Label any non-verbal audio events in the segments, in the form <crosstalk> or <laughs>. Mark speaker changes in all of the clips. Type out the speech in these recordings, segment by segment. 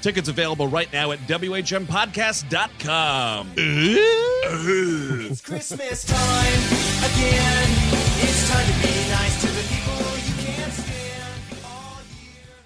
Speaker 1: Tickets available right now at WHMPodcast.com.
Speaker 2: It's Christmas time again. It's time to be nice to the people you can't stand all year.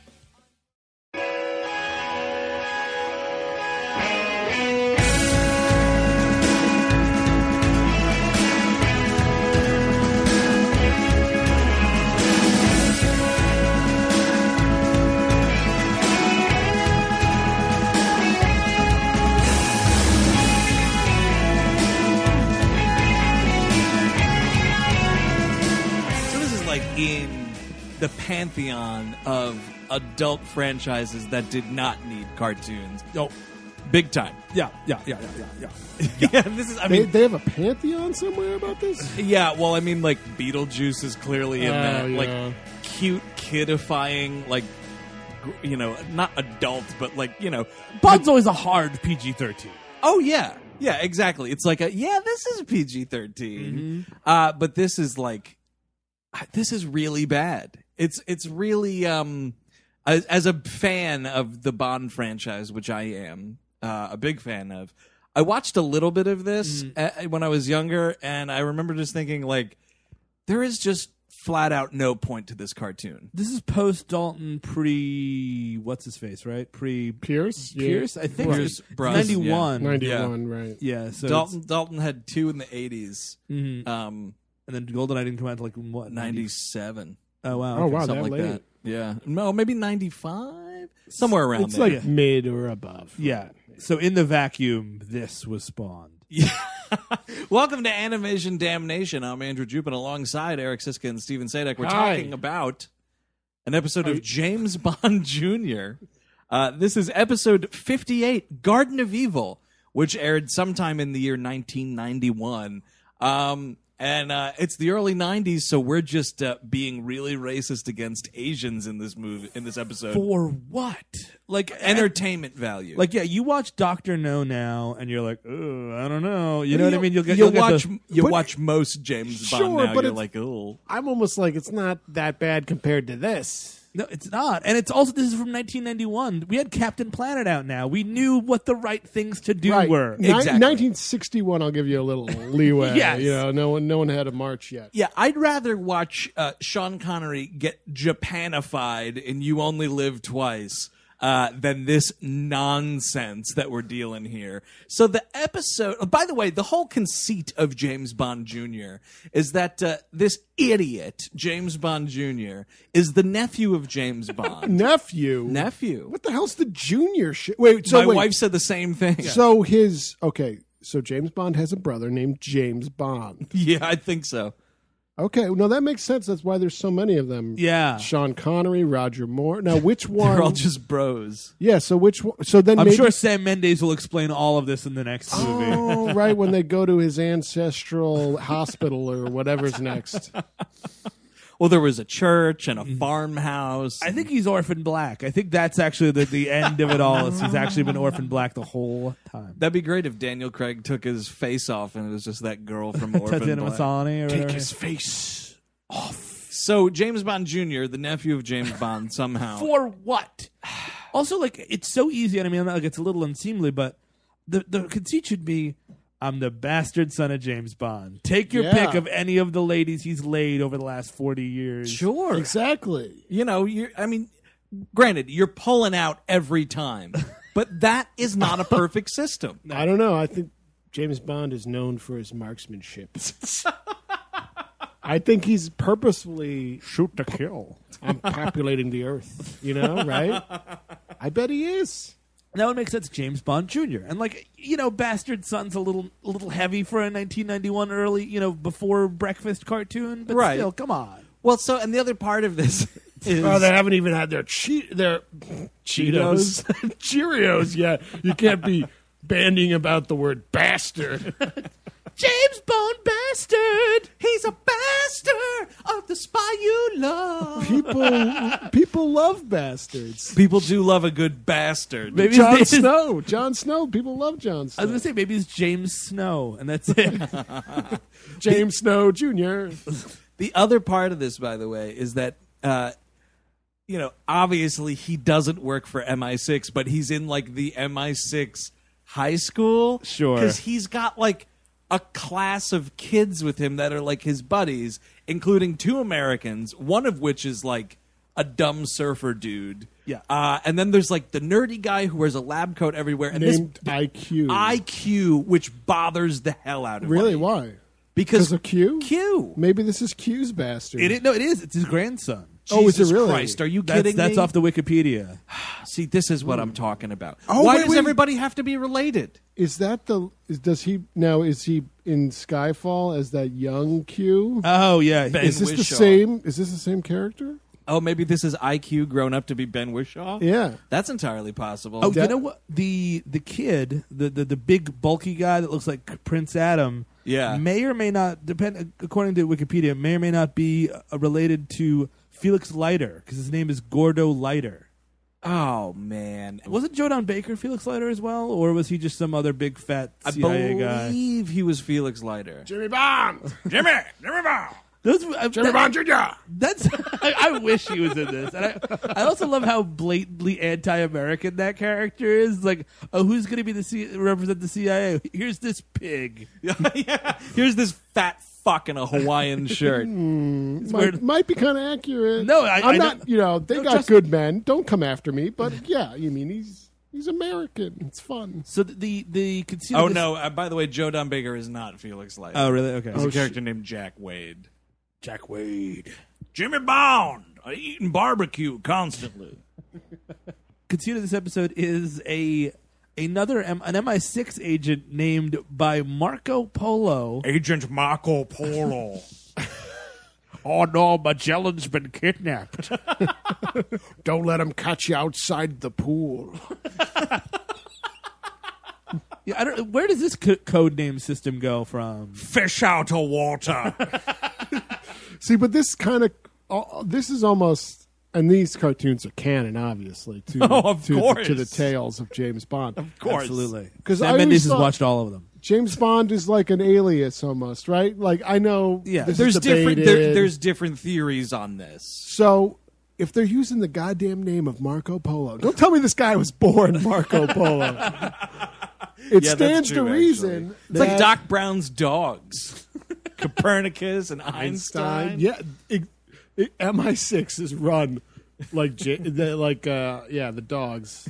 Speaker 3: So this is like in the pantheon of adult franchises that did not need cartoons.
Speaker 4: Oh,
Speaker 3: Big time.
Speaker 4: yeah, yeah, yeah, yeah, yeah, yeah.
Speaker 3: <laughs> Yeah, this is. I
Speaker 5: They,
Speaker 3: mean,
Speaker 5: they have a pantheon somewhere about this.
Speaker 3: yeah. Well, I mean, like Beetlejuice is clearly in
Speaker 5: Oh,
Speaker 3: that.
Speaker 5: yeah.
Speaker 3: Like cute kidifying, like gr- you know, not adult, but like you know,
Speaker 4: Bud's always a hard PG thirteen.
Speaker 3: Oh yeah, yeah, exactly. It's like a yeah, this is PG 13
Speaker 4: Mm-hmm.
Speaker 3: uh, but this is like this is really bad. It's it's really um as, as a fan of the Bond franchise, which I am uh, a big fan of. I watched a little bit of this
Speaker 6: Mm.
Speaker 3: uh when I was younger, and I remember just thinking like, there is just flat out no point to this cartoon.
Speaker 6: This is post Dalton, pre what's his face, right? Pre
Speaker 5: Pierce, Yeah.
Speaker 6: Pierce, I think
Speaker 3: Pierce,
Speaker 6: it
Speaker 3: Brosnan,
Speaker 6: ninety one. Yeah.
Speaker 5: ninety-one, right?
Speaker 6: so
Speaker 3: Dalton
Speaker 6: Dalton,
Speaker 3: Dalton had two in the 80s
Speaker 6: Mm-hmm.
Speaker 3: um,
Speaker 6: and then GoldenEye didn't come out till like what
Speaker 3: ninety seven.
Speaker 6: Oh wow,
Speaker 5: Oh
Speaker 6: okay.
Speaker 5: wow, that
Speaker 3: something like
Speaker 5: late.
Speaker 3: that. Yeah. No, maybe 95? Somewhere around
Speaker 6: It's
Speaker 3: there.
Speaker 6: like
Speaker 5: Mid or above?
Speaker 6: yeah. So in the vacuum, this was spawned.
Speaker 3: Welcome to Animation Damnation. I'm Andrew Jupin alongside Eric Siska and Steven Sadek. We're
Speaker 5: Hi.
Speaker 3: talking about an episode of James Bond <laughs> Jr. Uh, this is episode 58, Garden of Evil, which aired sometime in the year 1991. Um, and uh, it's the early 90s, so we're just uh, being really racist against Asians in this movie, in this episode.
Speaker 6: For what? Like
Speaker 3: Entertainment value.
Speaker 6: Like yeah, you watch Doctor No now, and you're like, oh, I don't know. You know what I mean? You'll get
Speaker 3: you
Speaker 6: you'll
Speaker 3: watch
Speaker 6: Get the,
Speaker 3: you
Speaker 5: But-
Speaker 3: watch most James Bond
Speaker 5: Sure,
Speaker 3: now.
Speaker 5: but
Speaker 3: You're
Speaker 5: it's-
Speaker 3: like, oh,
Speaker 5: I'm almost like it's not that bad compared to this.
Speaker 6: No, it's not. And it's also this is from 1991. We had Captain Planet out now. We knew what the right things to do were.
Speaker 5: Ni-
Speaker 3: Exactly.
Speaker 5: 1961. I'll give you a little leeway.
Speaker 6: Yes.
Speaker 5: You know, no one, no one had a march yet.
Speaker 3: yeah. I'd rather watch uh, Sean Connery get Japanified in You Only Live Twice uh, than this nonsense that we're dealing here. So the episode. oh, by the way, the whole conceit of James Bond Jr. is that uh, this idiot James Bond Jr. is the nephew of
Speaker 5: <laughs>
Speaker 3: James Bond.
Speaker 5: Nephew.
Speaker 3: nephew.
Speaker 5: What the hell's the junior shit? Wait, so
Speaker 3: My
Speaker 5: wait,
Speaker 3: wife said the same thing. <laughs>
Speaker 5: So
Speaker 3: <laughs>
Speaker 5: his okay. So James Bond has a brother named James Bond.
Speaker 3: yeah, I think so.
Speaker 5: Okay, no, that makes sense. That's why there's so many of them.
Speaker 6: Yeah.
Speaker 5: Sean Connery, Roger Moore. Now, which one?
Speaker 3: They're all just bros.
Speaker 5: yeah. So which one? So then
Speaker 6: I'm
Speaker 5: maybe,
Speaker 6: sure Sam Mendes will explain all of this in the next movie.
Speaker 5: Oh, right when they go to his ancestral hospital or whatever's next.
Speaker 3: Well, there was a church and a
Speaker 5: Mm.
Speaker 3: farmhouse.
Speaker 6: I think he's orphan black. I think that's actually the, the end of it all. Is he's actually been orphan black the whole time.
Speaker 3: That'd be great if Daniel Craig took his face off and it was just that girl <laughs> from Orphan
Speaker 6: Tatiana
Speaker 3: Black.
Speaker 6: Maslany or whatever.
Speaker 5: face.
Speaker 3: So James Bond Jr., the nephew of James <laughs> Bond, somehow.
Speaker 6: for what? Also, like it's so easy, and I mean, I'm not- like it's a little unseemly, but the the conceit should be, I'm the bastard son of James Bond. Take your
Speaker 5: Yeah.
Speaker 6: pick of any of the ladies he's laid over the last forty years.
Speaker 3: sure.
Speaker 5: Exactly.
Speaker 3: You know, you I mean, granted, you're pulling out every <laughs> time, but that is not a perfect system.
Speaker 5: I don't know. I think James Bond is known for his marksmanship. I think he's purposefully shoot to kill. I'm populating the earth, you know, right? I bet he is.
Speaker 6: That would make sense, James Bond Jr. And like you know, bastard son's a little a little heavy for a 1991 early you know before breakfast cartoon, but
Speaker 3: Right.
Speaker 6: still, come on.
Speaker 3: Well, so and the other part of this <laughs> is
Speaker 5: Oh, they haven't even had their che- their Cheetos, <laughs> Cheerios yet. You can't be bandying about the word bastard.
Speaker 6: James Bond bastard.
Speaker 3: he's a bastard of the spy you love.
Speaker 5: People, people love bastards.
Speaker 3: People do love a good bastard.
Speaker 6: Maybe
Speaker 5: Jon
Speaker 6: his name is-
Speaker 5: Snow, Jon Snow. People love Jon
Speaker 6: I was
Speaker 5: Snow.
Speaker 6: gonna say maybe it's James Snow, and that's it.
Speaker 5: James Snow Jr.
Speaker 3: The other part of this, by the way, is that uh, you know obviously he doesn't work for MI6, but he's in like the MI6 high school,
Speaker 6: Sure.
Speaker 3: because he's got like a class of kids with him that are like his buddies, including two Americans, one of which is like a dumb surfer dude.
Speaker 6: Yeah.
Speaker 3: uh, and then there's like the nerdy guy who wears a lab coat everywhere, and
Speaker 5: named
Speaker 3: this
Speaker 5: IQ.
Speaker 3: IQ, which bothers the hell out of
Speaker 5: really?
Speaker 3: me.
Speaker 5: Why?
Speaker 3: because
Speaker 5: 'Cause of Q?
Speaker 3: Q.
Speaker 5: Maybe this is Q's bastard.
Speaker 6: It is, no, it is. It's his grandson.
Speaker 5: Oh, is it
Speaker 3: Jesus
Speaker 5: really?
Speaker 3: Christ, are you
Speaker 6: That's,
Speaker 3: kidding
Speaker 6: that's
Speaker 3: me?
Speaker 6: off the Wikipedia.
Speaker 3: See, this is what I'm talking about.
Speaker 5: Oh,
Speaker 3: Why
Speaker 5: wait,
Speaker 3: does
Speaker 5: wait.
Speaker 3: everybody have to be related?
Speaker 5: Is that the? Is, does he now? Is he in Skyfall as that young Q?
Speaker 6: Oh yeah,
Speaker 5: is this the
Speaker 3: Wishaw.
Speaker 5: same? Is this the same character?
Speaker 3: Oh, maybe this is IQ grown up to be Ben Wishaw?
Speaker 5: Yeah.
Speaker 3: That's entirely possible.
Speaker 6: Oh, you
Speaker 5: that-
Speaker 6: know what? The the kid, the, the the big bulky guy that looks like Prince Adam.
Speaker 3: Yeah.
Speaker 6: may or may not depend. According to Wikipedia, may or may not be uh, related to Felix Leiter because his name is Gordo Leiter.
Speaker 3: Oh, man.
Speaker 6: Wasn't Jodan Baker Felix Leiter as well, or was he just some other big fat
Speaker 3: I
Speaker 6: CIA guy?
Speaker 3: believe he was Felix Leiter.
Speaker 5: Jimmy Bond. Jimmy. Jimmy Bond.
Speaker 6: Those, I, that-
Speaker 5: Jr.
Speaker 6: That's. <laughs> I, I wish he was in this, and I. I also love how blatantly anti-American that character is. Like, oh, who's going to be the C- represent the CIA? Here's this pig.
Speaker 3: <laughs> Yeah. Here's this fat fuck in a
Speaker 5: <laughs>
Speaker 3: Hawaiian shirt.
Speaker 5: Might, might be kind of accurate.
Speaker 6: No, I-
Speaker 5: am
Speaker 6: I
Speaker 5: not.
Speaker 6: don't-
Speaker 5: You know, they
Speaker 6: No,
Speaker 5: got
Speaker 6: trust-
Speaker 5: good men. Don't come after me.
Speaker 3: Mm-hmm.
Speaker 5: But yeah, you mean he's he's American. It's fun.
Speaker 6: So the the, the concealed.
Speaker 3: oh, no. Uh, by the way, Joe Don Baker is not Felix Leiter.
Speaker 6: Oh really? Okay.
Speaker 3: He's a character named Jack Wade.
Speaker 6: Jack Wade.
Speaker 3: Jimmy Bond, eating barbecue constantly.
Speaker 6: Conceit of this episode is a another M- an MI6 agent named by Marco Polo.
Speaker 3: Agent Marco Polo.
Speaker 6: Oh no, Magellan's been kidnapped.
Speaker 5: Don't let him catch you outside the pool.
Speaker 6: yeah, I don't. Where does this co- code name system go from?
Speaker 3: Fish out of water.
Speaker 5: <laughs> See, but this kind of uh, this is almost. And these cartoons are canon, obviously, to,
Speaker 3: <laughs> Oh, of
Speaker 5: to,
Speaker 3: course.
Speaker 5: to the tales of James Bond. Of
Speaker 3: course.
Speaker 6: Absolutely.
Speaker 5: 'Cause I
Speaker 6: Sam
Speaker 5: always
Speaker 6: Mendes has
Speaker 5: thought-
Speaker 6: watched all of them.
Speaker 5: James Bond is like an alias almost, right? Like I know
Speaker 6: Yeah.
Speaker 5: this
Speaker 3: there's
Speaker 5: is debated.
Speaker 3: different there, there's different theories on this.
Speaker 5: so if they're using the goddamn name of Marco Polo, don't tell me this guy was born Marco
Speaker 3: <laughs>
Speaker 5: Polo. It
Speaker 3: Yeah, that's
Speaker 5: stands
Speaker 3: true,
Speaker 5: to
Speaker 3: actually.
Speaker 5: reason.
Speaker 3: It's like
Speaker 5: that
Speaker 3: Doc Brown's dogs, Copernicus and Einstein.
Speaker 5: Yeah, it, it, MI6 is run like J, the, like uh, yeah, the
Speaker 3: <laughs>
Speaker 5: dogs.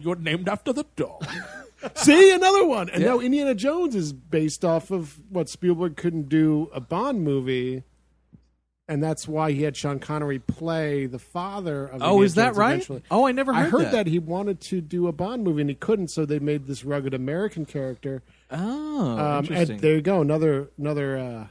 Speaker 6: You're named after the dog.
Speaker 5: See another one. And now Indiana Jones is based off of what Spielberg couldn't do a Bond movie, and that's why he had Sean Connery play the father of.
Speaker 3: Oh,
Speaker 5: Indiana
Speaker 3: is that
Speaker 5: Jones
Speaker 3: right?
Speaker 5: eventually.
Speaker 3: Oh, I never
Speaker 5: I
Speaker 3: heard
Speaker 5: heard
Speaker 3: that.
Speaker 5: that. he wanted to do a Bond movie and he couldn't, so they made this rugged American character.
Speaker 3: Oh,
Speaker 5: Um, and
Speaker 3: interesting.
Speaker 5: there you go, another another uh,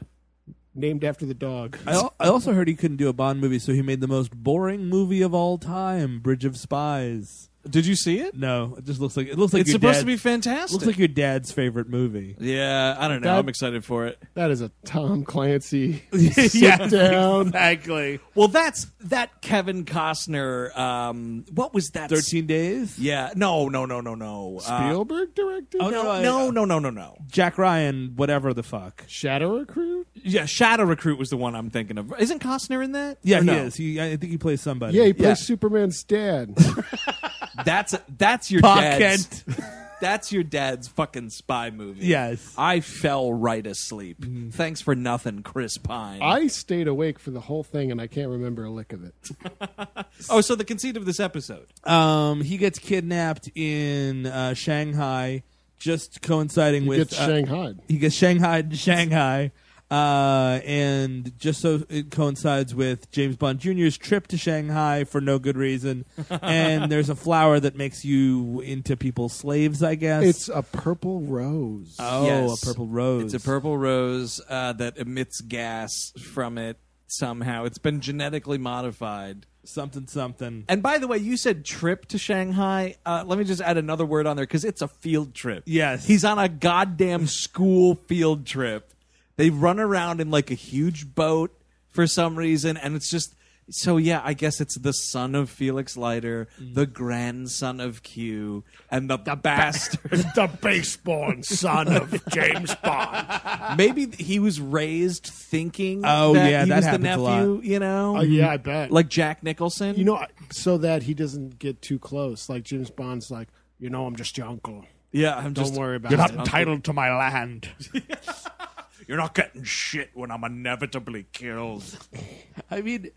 Speaker 5: named after the dog.
Speaker 3: I, al- I also heard he couldn't do a Bond movie, so he made the most boring movie of all time, Bridge of Spies.
Speaker 4: Did you see it?
Speaker 3: No, it just looks like it looks like
Speaker 4: It's
Speaker 3: your
Speaker 4: supposed
Speaker 3: dad's-
Speaker 4: to be fantastic.
Speaker 3: looks like your dad's favorite movie.
Speaker 4: yeah, I don't know.
Speaker 5: That-
Speaker 4: I'm excited for it.
Speaker 5: That is a Tom
Speaker 3: <laughs>
Speaker 5: Clancy. <laughs>
Speaker 4: yeah,
Speaker 5: Sit down.
Speaker 4: exactly.
Speaker 3: Well, that's that Kevin Costner. Um, what was that?
Speaker 6: Thirteen days.
Speaker 3: Yeah, no, no, no, no, no. Uh,
Speaker 5: Spielberg directed?
Speaker 3: no, no, no, no, no, no, no.
Speaker 6: Jack Ryan, whatever the fuck.
Speaker 5: Shadow Recruit?
Speaker 3: Yeah, Shadow Recruit was the one I'm thinking of. Isn't Costner in that?
Speaker 6: Yeah,
Speaker 3: Or
Speaker 6: he
Speaker 3: no?
Speaker 6: is. He, I think he plays somebody.
Speaker 5: Yeah, he plays
Speaker 3: Yeah.
Speaker 5: Superman's
Speaker 3: <laughs>
Speaker 5: dad.
Speaker 3: That's that's your
Speaker 6: Pa
Speaker 3: dad's. <laughs>
Speaker 5: <laughs>
Speaker 3: That's your dad's fucking spy movie.
Speaker 6: Yes.
Speaker 3: I fell right asleep. Thanks for nothing, Chris Pine.
Speaker 5: I stayed awake for the whole thing and I can't remember a lick of it.
Speaker 3: <laughs> oh, so the conceit of this episode.
Speaker 6: Um, he gets kidnapped in uh, Shanghai, just coinciding
Speaker 5: He
Speaker 6: with
Speaker 5: gets
Speaker 6: uh,
Speaker 5: shanghaied.
Speaker 6: he gets Shanghai to Shanghai, uh, and just so it coincides with James Bond Jr.'s trip to Shanghai for no good <laughs> reason. and there's a flower that makes you into people's slaves, I guess.
Speaker 5: It's a purple rose.
Speaker 6: oh,
Speaker 3: Yes.
Speaker 6: a purple rose.
Speaker 3: It's a purple rose uh, that emits gas from it somehow. It's been genetically modified.
Speaker 6: something something.
Speaker 3: And by the way, you said trip to Shanghai. Uh, let me just add another word on there because it's a field trip.
Speaker 6: Yes.
Speaker 3: He's on a goddamn school field trip. They run around in like a huge boat for some reason. And it's just. So yeah, I guess it's the son of Felix Leiter,
Speaker 6: Mm.
Speaker 3: the grandson of Q, and the, bastard.
Speaker 5: <laughs> the baseborn son of James Bond.
Speaker 3: Maybe he was raised thinking.
Speaker 6: Oh,
Speaker 3: that
Speaker 6: yeah,
Speaker 3: he
Speaker 6: that
Speaker 3: was the
Speaker 6: happens a
Speaker 3: nephew.
Speaker 6: lot.
Speaker 3: You know,
Speaker 5: Oh, <laughs> yeah, I bet.
Speaker 3: like Jack Nicholson.
Speaker 5: you know, I- so that he doesn't get too close. Like James Bond's like, you know, I'm just your uncle.
Speaker 3: yeah, I'm
Speaker 5: Don't
Speaker 3: just.
Speaker 5: worry about it.
Speaker 4: entitled to my land.
Speaker 1: You're not getting shit when I'm inevitably killed.
Speaker 6: I mean,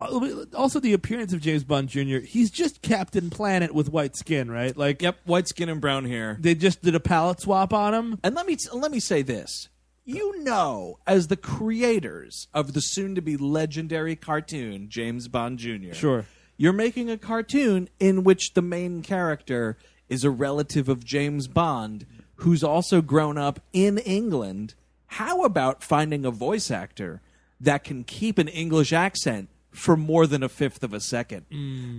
Speaker 6: also the appearance of James Bond Jr. He's just Captain Planet with white skin, right? Like,
Speaker 3: Yep, white skin and brown hair.
Speaker 6: They just did a palette swap on him.
Speaker 3: And let me let me say this. You know, as the creators of the soon-to-be legendary cartoon James Bond Jr.
Speaker 6: Sure.
Speaker 3: you're making a cartoon in which the main character is a relative of James Bond who's also grown up in England. How about finding a voice actor that can keep an English accent for more than a fifth of a second?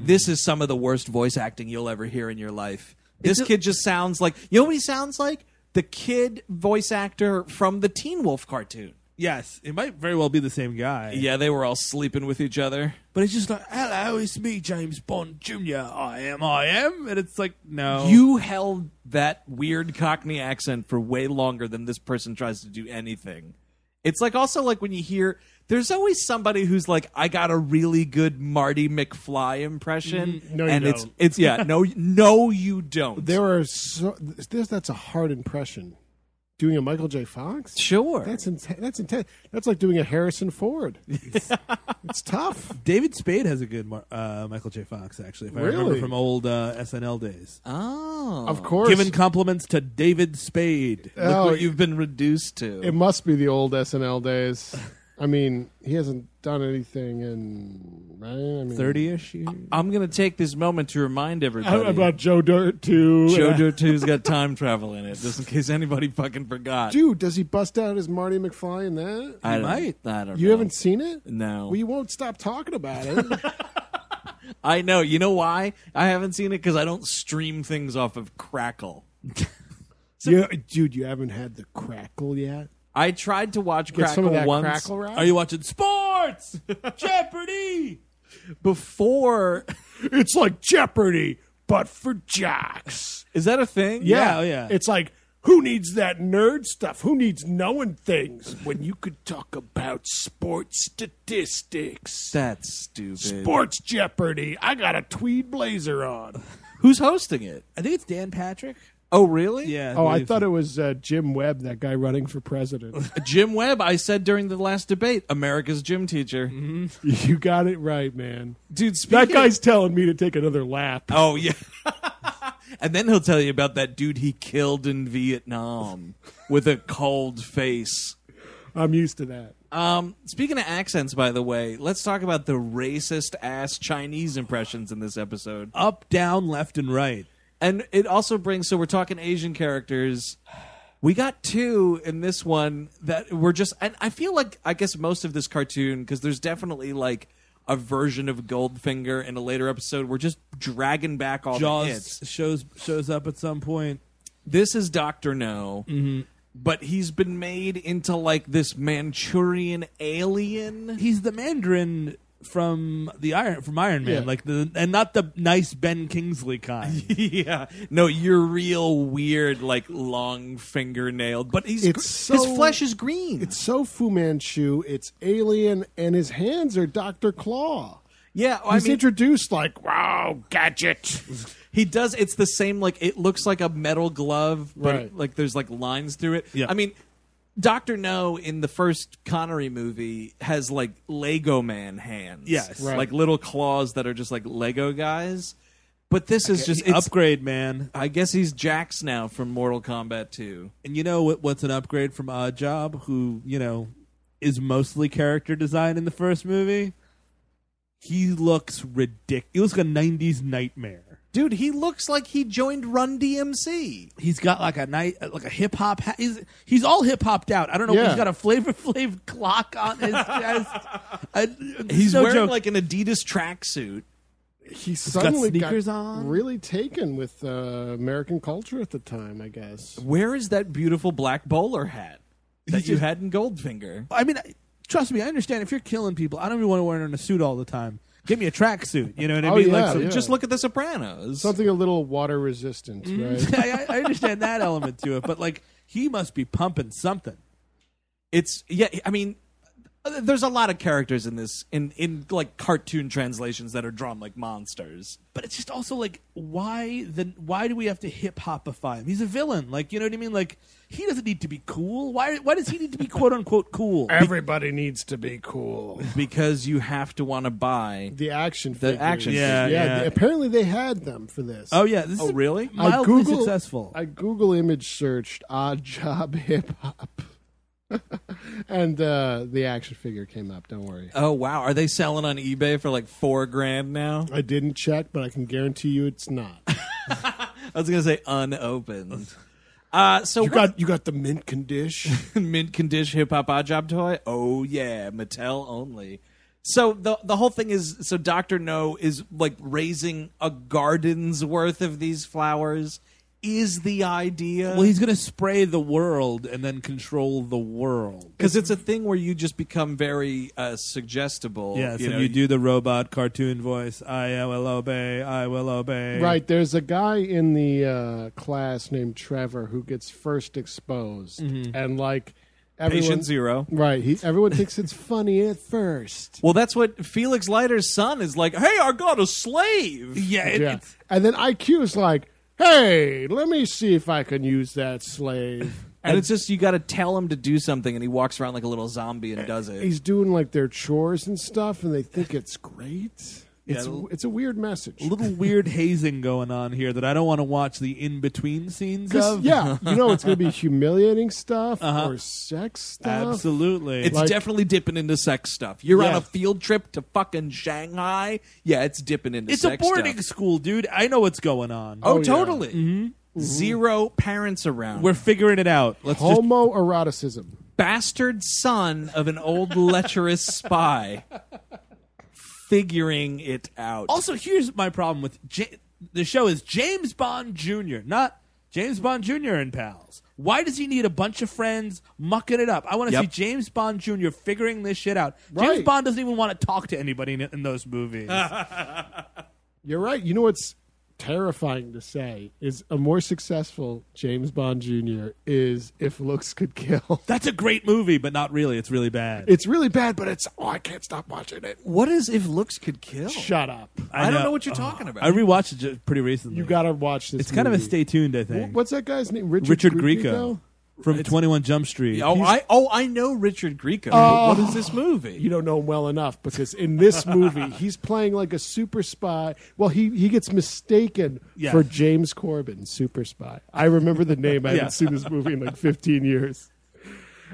Speaker 3: This is some of the worst voice acting you'll ever hear in your life. This kid just sounds like you know what he sounds like? The kid voice actor from the Teen Wolf cartoon.
Speaker 6: Yes, it might very well be the same guy.
Speaker 3: Yeah, they were all sleeping with each other.
Speaker 6: But it's just like, hello, it's me, James Bond Jr. I am, I am. And it's like,
Speaker 5: Oh.
Speaker 6: no.
Speaker 3: You held that weird Cockney accent for way longer than this person tries to do anything. It's like also like when you hear there's always somebody who's like, I got a really good Marty McFly impression.
Speaker 5: Mm, no, you
Speaker 3: and it's
Speaker 5: don't.
Speaker 3: it's yeah, no <laughs> no you don't.
Speaker 5: There are so there's that's a hard impression. Doing a Michael J. Fox?
Speaker 3: sure.
Speaker 5: That's intense. That's intense. That's like doing a Harrison
Speaker 3: <laughs>
Speaker 5: Ford. It's, it's tough.
Speaker 6: David Spade has a good Mar- uh, Michael J. Fox, actually, if I remember
Speaker 5: Really?
Speaker 6: from old uh, SNL days.
Speaker 3: oh.
Speaker 5: Of course,
Speaker 6: Giving compliments to David Spade.
Speaker 3: Look
Speaker 5: Oh,
Speaker 3: what you've been reduced to.
Speaker 5: it must be the old SNL days. I mean, he hasn't done anything in right. I mean,
Speaker 6: 30 ish years?
Speaker 3: I'm gonna take this moment to remind everybody
Speaker 5: Joe Dirt too.
Speaker 3: Jojo 2's got time travel in it, just in case anybody fucking forgot.
Speaker 5: Dude, does he bust out his Marty McFly in that?
Speaker 3: I don't,
Speaker 6: might.
Speaker 3: I don't
Speaker 5: you
Speaker 3: know.
Speaker 5: haven't seen it?
Speaker 3: No.
Speaker 5: We won't stop talking
Speaker 6: <laughs>
Speaker 5: about it.
Speaker 3: I know. You know why I haven't seen it? Because I don't stream things off of Crackle.
Speaker 5: You- dude, you haven't had the crackle yet.
Speaker 3: I tried to watch
Speaker 5: Get
Speaker 3: Crackle
Speaker 5: some of that
Speaker 3: once
Speaker 5: crackle rock.
Speaker 6: Are you watching
Speaker 3: <laughs>
Speaker 6: sports? Jeopardy!
Speaker 3: before.
Speaker 5: <laughs> It's like Jeopardy, but for jocks.
Speaker 3: Is that a thing?
Speaker 6: Yeah, Oh, yeah.
Speaker 5: It's like who needs that nerd stuff? Who needs knowing things when you could talk about sports statistics?
Speaker 3: That's stupid.
Speaker 5: Sports Jeopardy. I got a tweed
Speaker 6: <laughs>
Speaker 5: blazer on.
Speaker 3: Who's hosting it?
Speaker 6: I think it's Dan Patrick.
Speaker 3: Oh, really?
Speaker 6: Yeah.
Speaker 5: Oh, I
Speaker 6: believe
Speaker 5: thought
Speaker 6: so.
Speaker 5: it was uh, Jim Webb, that guy running
Speaker 6: <laughs>
Speaker 5: for president.
Speaker 3: Jim Webb, I said during the last debate, America's gym teacher.
Speaker 6: Mm-hmm.
Speaker 5: you got it right, man.
Speaker 3: Dude, speaking
Speaker 5: That guy's telling me to take another lap.
Speaker 3: Oh, yeah. <laughs> and then he'll tell you about that dude he killed in Vietnam with a cold face.
Speaker 5: I'm used to that.
Speaker 3: Um, speaking of accents, by the way, let's talk about the racist ass Chinese impressions in this episode.
Speaker 6: Up, down, left, and right.
Speaker 3: And it also brings so we're talking Asian characters. We got two in this one that were just, and I feel like I guess most of this cartoon because there's definitely like a version of Goldfinger in a later episode. We're just dragging back all the hits.
Speaker 6: Jaws shows shows up at some point.
Speaker 3: This is Doctor No,
Speaker 5: Mm-hmm.
Speaker 3: but he's been made into like this Manchurian
Speaker 5: <laughs>
Speaker 3: alien. <laughs>
Speaker 6: He's the Mandarin from the Iron from Iron Man,
Speaker 5: Yeah.
Speaker 6: like the and not the nice Ben Kingsley
Speaker 3: <laughs>
Speaker 6: kind.
Speaker 3: yeah, no, you're real weird, like long fingernailed. But he's
Speaker 5: It's
Speaker 3: gr- his
Speaker 5: so-
Speaker 3: flesh is green.
Speaker 5: It's so Fu Manchu, it's alien, and his hands are Dr. Claw.
Speaker 3: yeah, I
Speaker 5: He's
Speaker 3: mean,
Speaker 5: introduced like, wow, gadget.
Speaker 3: He does. It's the same. Like it looks like a metal glove, but
Speaker 5: Right.
Speaker 3: like there's like lines through it.
Speaker 6: Yeah.
Speaker 3: I mean, Doctor No in the first Connery movie has like Lego Man hands.
Speaker 6: Yes.
Speaker 5: Right.
Speaker 3: like little claws that are just like Lego guys. But this is just. It's,
Speaker 6: upgrade, man.
Speaker 3: I guess he's Jax now from Mortal Kombat 2.
Speaker 6: And you know what, what's an upgrade from Odd Job, who you know is mostly character design in the first movie? He looks ridiculous. He looks like a '90s nightmare.
Speaker 3: Dude, he looks like he joined Run DMC.
Speaker 6: He's got like a night, like a hip hop. Ha- he's he's all hip hopped out. I don't know. if
Speaker 5: Yeah.
Speaker 6: He's got a Flavor <laughs> Flav clock on his chest. I,
Speaker 3: He's
Speaker 6: no
Speaker 3: wearing
Speaker 6: joke.
Speaker 3: like an Adidas tracksuit.
Speaker 5: He suddenly
Speaker 6: sneakers
Speaker 5: got
Speaker 6: on.
Speaker 5: really taken with uh, American culture at the time, I guess.
Speaker 3: Where is that beautiful black bowler hat that you
Speaker 6: just-
Speaker 3: had in Goldfinger?
Speaker 6: I mean, I- trust me, I understand if you're killing people. I don't even want to wear it in a suit all the time. Give me a tracksuit. You know what I
Speaker 5: Oh,
Speaker 6: mean?
Speaker 5: yeah,
Speaker 6: some-
Speaker 5: yeah.
Speaker 3: Just look at The Sopranos.
Speaker 5: Something a little water resistant,
Speaker 6: <laughs>
Speaker 5: right?
Speaker 6: I, I understand that element to it, but like he must be pumping something.
Speaker 3: it's yeah i mean uh, there's a lot of characters in this in in like cartoon translations that are drawn like monsters
Speaker 6: But it's just also like why then why do we have to hip hopify him? He's a villain. Like you know what I mean? Like he doesn't need to be cool. Why why does he need to be quote unquote cool?
Speaker 5: Everybody needs to be cool.
Speaker 3: because you have to want to buy
Speaker 5: The action
Speaker 3: The
Speaker 5: figures.
Speaker 3: action
Speaker 6: Yeah,
Speaker 5: yeah.
Speaker 6: yeah.
Speaker 5: they- apparently they had them for this.
Speaker 6: Oh yeah, this
Speaker 3: oh
Speaker 6: is
Speaker 3: really
Speaker 5: I
Speaker 6: mildly
Speaker 5: Google
Speaker 6: successful.
Speaker 5: I Google image searched odd job <laughs> hip hop, and uh, the action figure came up. Don't worry.
Speaker 3: oh wow are they selling on ebay for like four grand now
Speaker 5: I didn't check, but I can guarantee you it's not.
Speaker 3: i was gonna say unopened uh so
Speaker 5: You got you got the mint condition.
Speaker 3: <laughs> mint condition hip hop odd job toy. Oh yeah, Mattel only. So the the whole thing is so Doctor No is like raising a garden's worth of these flowers. Is the idea?
Speaker 6: well, he's gonna spray the world and then control the world.
Speaker 3: because it's a thing where you just become very uh, suggestible.
Speaker 6: Yes,
Speaker 3: you
Speaker 6: and
Speaker 3: know,
Speaker 6: you do the robot cartoon voice. I will obey. I will obey.
Speaker 5: Right, there's a guy in the uh, class named Trevor who gets first exposed, and like everyone,
Speaker 3: Mm-hmm. patient zero.
Speaker 5: Right, he, everyone thinks it's funny at
Speaker 3: <laughs>
Speaker 5: first.
Speaker 3: Well, that's what Felix Leiter's son is like. Hey, I got a slave.
Speaker 6: Yeah, it,
Speaker 5: Yeah,
Speaker 6: it's-
Speaker 5: and then IQ is like, "Hey, let me see if I can use that
Speaker 3: <laughs>
Speaker 5: slave."
Speaker 3: And it's just you got to tell him to do something, and he walks around like a little zombie and does it.
Speaker 5: He's doing like their chores and stuff, and they think it's great. It's it's a weird message.
Speaker 6: a little weird hazing going on here that I don't want to watch the in between scenes
Speaker 5: 'Cause,
Speaker 6: of.
Speaker 3: <laughs>
Speaker 5: yeah, you know it's going to be humiliating stuff
Speaker 3: Uh-huh.
Speaker 5: or sex stuff.
Speaker 6: absolutely.
Speaker 3: It's
Speaker 5: Like-
Speaker 3: definitely dipping into sex stuff. You're on
Speaker 5: Yeah.
Speaker 3: a field trip to fucking Shanghai. Yeah, it's dipping into
Speaker 6: It's a
Speaker 3: sex
Speaker 6: boarding
Speaker 3: stuff.
Speaker 6: school, dude. I know what's going on.
Speaker 3: Oh,
Speaker 5: yeah. Mm-hmm.
Speaker 3: totally. Zero parents around.
Speaker 6: We're figuring it out. Let's just
Speaker 5: Homoeroticism.
Speaker 3: bastard son of an <laughs> old lecherous spy figuring it out.
Speaker 6: Also, here's my problem with J- the show is James Bond Jr., not James Bond Jr. and pals. Why does he need a bunch of friends mucking it up? I want to
Speaker 3: Yep.
Speaker 6: see James Bond Jr. figuring this shit out. James
Speaker 5: Right.
Speaker 6: Bond doesn't even want to talk to anybody in, in those movies.
Speaker 3: Ah.
Speaker 5: You're right. You know what's terrifying to say is a more successful James Bond Jr. is if looks could kill. <laughs>
Speaker 6: That's a great movie, but not really. It's really bad.
Speaker 5: It's really bad, but it's oh, I can't stop watching it.
Speaker 3: what is if looks could kill?
Speaker 5: Shut up.
Speaker 3: I, don't know what you're talking about.
Speaker 6: I rewatched it ju- pretty recently.
Speaker 5: You got to watch this.
Speaker 6: it's kind of a
Speaker 5: movie.
Speaker 6: stay tuned, I think.
Speaker 5: Wh- What's that guy's name? Richard,
Speaker 6: Richard
Speaker 5: Grieco?
Speaker 6: Grieco from Twenty One Jump Street.
Speaker 3: oh, I oh I know Richard Grieco. but what is this movie?
Speaker 5: Oh. You don't know him well enough because in this
Speaker 3: <laughs>
Speaker 5: movie he's playing like a super spy. Well, he he gets mistaken
Speaker 6: Yeah.
Speaker 5: for James Corbin, super spy. I remember the name. I
Speaker 6: Yeah.
Speaker 5: haven't seen this movie in like 15 years.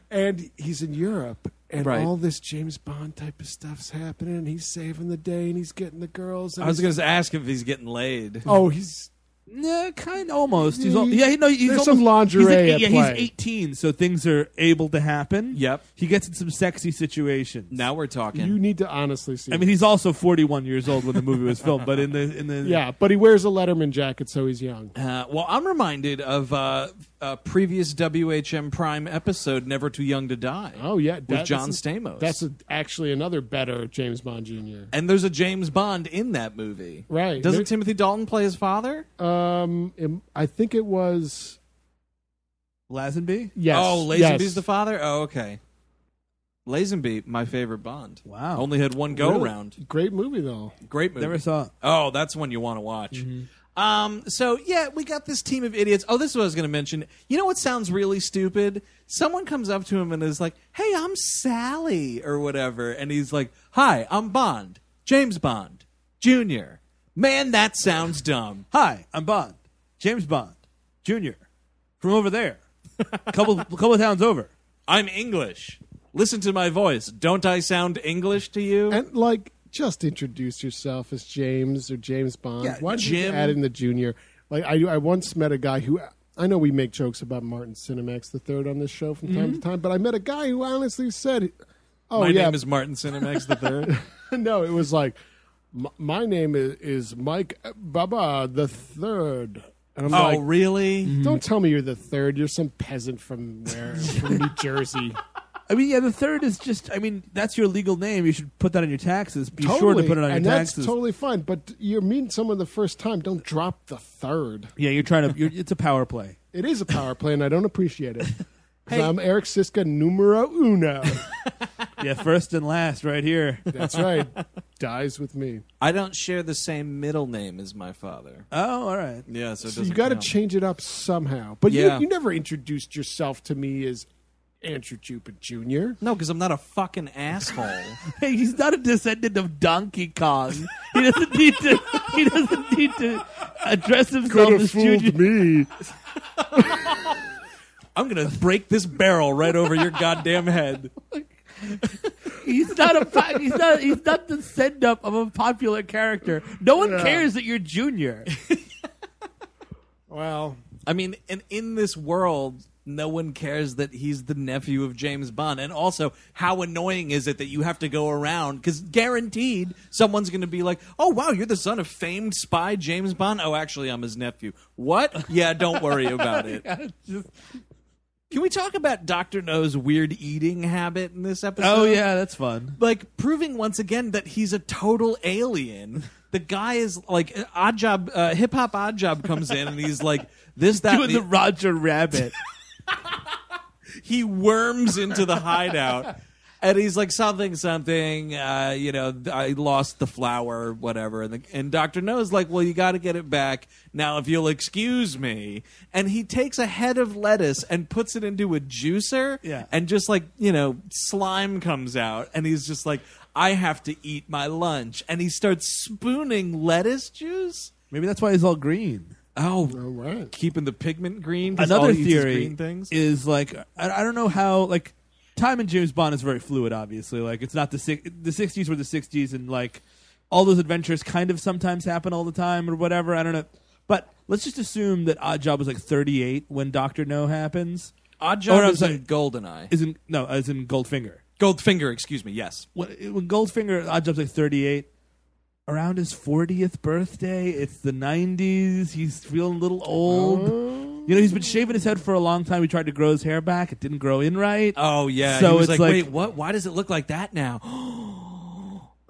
Speaker 5: And he's in Europe, and
Speaker 3: Right.
Speaker 5: all this James Bond type of stuff's happening. And he's saving the day, and he's getting the girls. And
Speaker 3: I was
Speaker 5: he's-
Speaker 3: going to ask if he's getting laid.
Speaker 5: oh, he's
Speaker 6: No, kind almost. He's al- yeah, he, no, he's
Speaker 5: There's
Speaker 6: almost,
Speaker 5: some lingerie
Speaker 6: He's
Speaker 5: at
Speaker 6: yeah,
Speaker 5: play.
Speaker 6: he's 18, so things are able to happen.
Speaker 3: Yep.
Speaker 6: He gets in some sexy situations.
Speaker 3: Now we're talking.
Speaker 5: You need to honestly see.
Speaker 6: I mean, he's also 41 years old when the movie was filmed, but in the in the
Speaker 5: it. yeah, but he wears a Letterman jacket, so he's young.
Speaker 3: Uh, well, I'm reminded of uh, a previous WHM Prime episode, "Never Too Young to Die."
Speaker 5: Oh yeah, that-
Speaker 3: with John
Speaker 5: that's a-
Speaker 3: Stamos.
Speaker 5: That's a, actually another better James Bond Jr.
Speaker 3: and there's a James Bond in that movie.
Speaker 5: Right.
Speaker 3: Doesn't
Speaker 5: There-
Speaker 3: Timothy Dalton play his father?
Speaker 5: Um, it- I think it was
Speaker 6: Lazenby.
Speaker 5: yes.
Speaker 3: Oh,
Speaker 5: yes.
Speaker 3: Lazenby's the father. Oh, okay. Lazenby, my favorite Bond.
Speaker 6: Wow.
Speaker 3: Only had one go
Speaker 5: Really?
Speaker 3: round.
Speaker 5: Great movie though.
Speaker 3: Great movie.
Speaker 6: Never saw. it. Mm-hmm.
Speaker 3: Oh, that's one you want to watch. Um, so yeah, we got this team of idiots. Oh, this is what I was going to mention. You know what sounds really stupid? Someone comes up to him and is like, "Hey, I'm Sally" or whatever, and he's like, "Hi, I'm Bond, James Bond, Junior." Man, that sounds dumb.
Speaker 6: <laughs> Hi, I'm Bond, James Bond, Junior, from over there, couple <laughs> couple towns over.
Speaker 3: I'm English. Listen to my voice. Don't I sound English to you?
Speaker 5: And like, just introduce yourself as James or James Bond.
Speaker 6: Yeah,
Speaker 5: Why did you
Speaker 3: Jim.
Speaker 5: add in the junior? Like, I I once met a guy who I know we make jokes about Martin Cinemax the third on this show from time to time, but I met a guy who honestly said, "Oh
Speaker 3: Mm-hmm. my
Speaker 5: yeah,
Speaker 3: name is Martin Cinemax
Speaker 5: <laughs>
Speaker 3: the Third.
Speaker 5: no, it was like, "M- my name is, is Mike Baba the third. And I'm
Speaker 3: oh,
Speaker 5: like,
Speaker 3: really?
Speaker 5: don't tell me you're the third. You're some peasant from where? from New Jersey.
Speaker 6: I mean, yeah, the third is just. I mean, that's your legal name. You should put that on your taxes. Be sure to put it on
Speaker 5: and
Speaker 6: your
Speaker 5: that's
Speaker 6: taxes.
Speaker 5: totally fine. But you meet someone the first time. Don't drop the third.
Speaker 6: yeah, you're trying to. You're, it's a power play.
Speaker 5: It is a power play, and I don't appreciate
Speaker 3: <laughs>
Speaker 5: it. 'Cause I'm Eric Siska numero uno.
Speaker 6: Yeah, first and last, right here. <laughs>
Speaker 5: That's right. Dies with me.
Speaker 3: I don't share the same middle name as my father.
Speaker 6: Oh, all right.
Speaker 3: Yeah, so, it
Speaker 5: So
Speaker 3: doesn't
Speaker 5: you got to
Speaker 3: count.
Speaker 5: change it up somehow. But
Speaker 3: Yeah.
Speaker 5: you, you never introduced yourself to me as Andrew Jupin Jr.
Speaker 3: No, because I'm not a fucking asshole.
Speaker 6: Hey, he's not a descendant of Donkey Kong. He doesn't need to. He doesn't need to address himself
Speaker 5: Could have
Speaker 6: as Junior.
Speaker 5: fooled me.
Speaker 3: <laughs> I'm gonna break this barrel right over your goddamn head.
Speaker 6: He's not a. po- He's not. He's not the send up of a popular character. No one cares that you're Junior.
Speaker 5: Well,
Speaker 3: I mean, and in this world, no one cares that he's the nephew of James Bond. And also, how annoying is it that you have to go around? Because guaranteed, someone's gonna be like, "Oh wow, you're the son of famed spy James Bond." Oh, actually, I'm his nephew. What? Yeah, don't worry about
Speaker 5: <laughs>
Speaker 3: it. Can we talk about Doctor No's weird eating habit in this episode?
Speaker 6: Oh yeah, that's fun.
Speaker 3: like proving once again that he's a total alien. The guy is like odd job, uh, hip hop odd job comes in and he's like this that
Speaker 6: Doing
Speaker 3: and
Speaker 6: the
Speaker 3: the-
Speaker 6: Roger Rabbit.
Speaker 3: he worms into the hideout and he's like something something uh, you know th- i lost the flower whatever and, the, and dr no is like well you got to get it back now if you'll excuse me and he takes a head of lettuce and puts it into a juicer
Speaker 6: Yeah.
Speaker 3: and just like you know slime comes out and he's just like i have to eat my lunch and he starts spooning lettuce juice
Speaker 6: <laughs> Maybe that's why he's all green.
Speaker 5: all
Speaker 3: oh
Speaker 5: right.
Speaker 3: keeping the pigment green 'cause all
Speaker 6: Another
Speaker 3: he eats is
Speaker 6: theory
Speaker 3: green things
Speaker 6: is like I, I don't know how like time in James Bond is very fluid. Obviously, like it's not the six, the sixties were the sixties, and like all those adventures kind of sometimes happen all the time or whatever. I don't know, but let's just assume that Odd Job was like thirty eight when Doctor No happens.
Speaker 3: odd
Speaker 6: Or
Speaker 3: job
Speaker 6: I'm
Speaker 3: is in
Speaker 6: sorry.
Speaker 3: goldeneye
Speaker 6: Isn't no, as in Goldfinger.
Speaker 3: Goldfinger, excuse me. Yes.
Speaker 6: When, when Goldfinger, Odd Job's like thirty eight. Around his fortieth birthday, it's the nineties. He's feeling a little old. You know, he's been shaving his head for a long time. He tried to grow his hair back; it didn't grow in right.
Speaker 3: Oh yeah.
Speaker 6: So
Speaker 3: he was
Speaker 6: it's
Speaker 3: like,
Speaker 6: like-
Speaker 3: wait, what? Why does it look like that now? <gasps>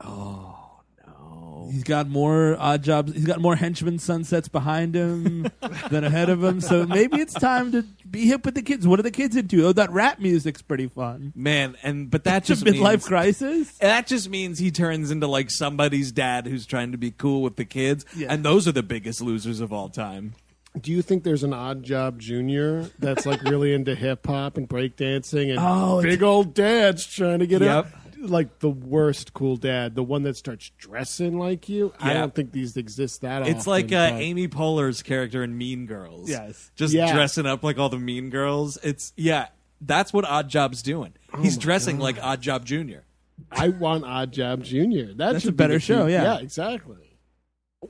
Speaker 6: He's got more odd jobs. He's got more henchman sunsets behind <laughs> him than ahead of him. So maybe it's time to be hip with the kids. What are the kids into? Oh, that rap music's pretty fun.
Speaker 3: Man, and but that
Speaker 6: <laughs> It's a
Speaker 3: just
Speaker 6: midlife
Speaker 3: means,
Speaker 6: crisis.
Speaker 3: that just means he turns into like somebody's dad who's trying to be cool with the kids,
Speaker 6: Yeah.
Speaker 3: and those are the biggest losers of all time.
Speaker 5: Do you think there's an odd job junior that's like really into hip hop and breakdancing and
Speaker 6: Oh, it's-
Speaker 5: big old dad's trying to get
Speaker 3: Yep.
Speaker 5: up? Like the worst cool dad, the one that starts dressing like you. I
Speaker 3: Yeah.
Speaker 5: don't think these exist
Speaker 6: Oh,
Speaker 5: that often.
Speaker 3: It's like uh,
Speaker 5: but-
Speaker 3: Amy Poehler's character in Mean Girls.
Speaker 6: Yes.
Speaker 3: just
Speaker 5: Yeah.
Speaker 3: dressing up like all the Mean Girls. It's yeah, that's what Odd Job's doing.
Speaker 6: Oh
Speaker 3: He's dressing like Odd Job Junior.
Speaker 5: I want Odd Job Junior. That
Speaker 6: That's
Speaker 5: should
Speaker 6: a
Speaker 5: be
Speaker 6: better
Speaker 5: the
Speaker 6: show,
Speaker 5: feat-
Speaker 6: yeah.
Speaker 5: yeah, exactly.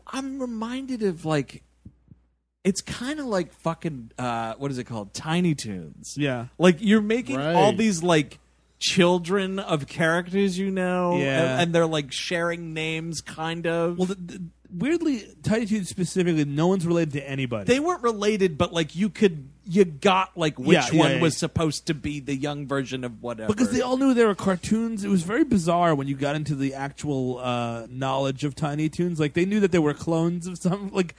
Speaker 3: I'm reminded of like it's kind of like fucking uh, what is it called? Tiny Toons.
Speaker 6: Yeah.
Speaker 3: like you're making all
Speaker 5: Right.
Speaker 3: these like children of characters you know,
Speaker 6: Yeah.
Speaker 3: and, and they're like sharing names, kind of.
Speaker 6: Well, the, the, weirdly, Tiny Toons specifically, no one's related to anybody.
Speaker 3: they weren't related, but like you could, you got like which
Speaker 6: yeah,
Speaker 3: one
Speaker 6: yeah.
Speaker 3: was supposed to be the young version of whatever.
Speaker 6: because they all knew they were cartoons. It was very bizarre when you got into the actual uh, knowledge of Tiny Toons. Like they knew that they were clones of some. Like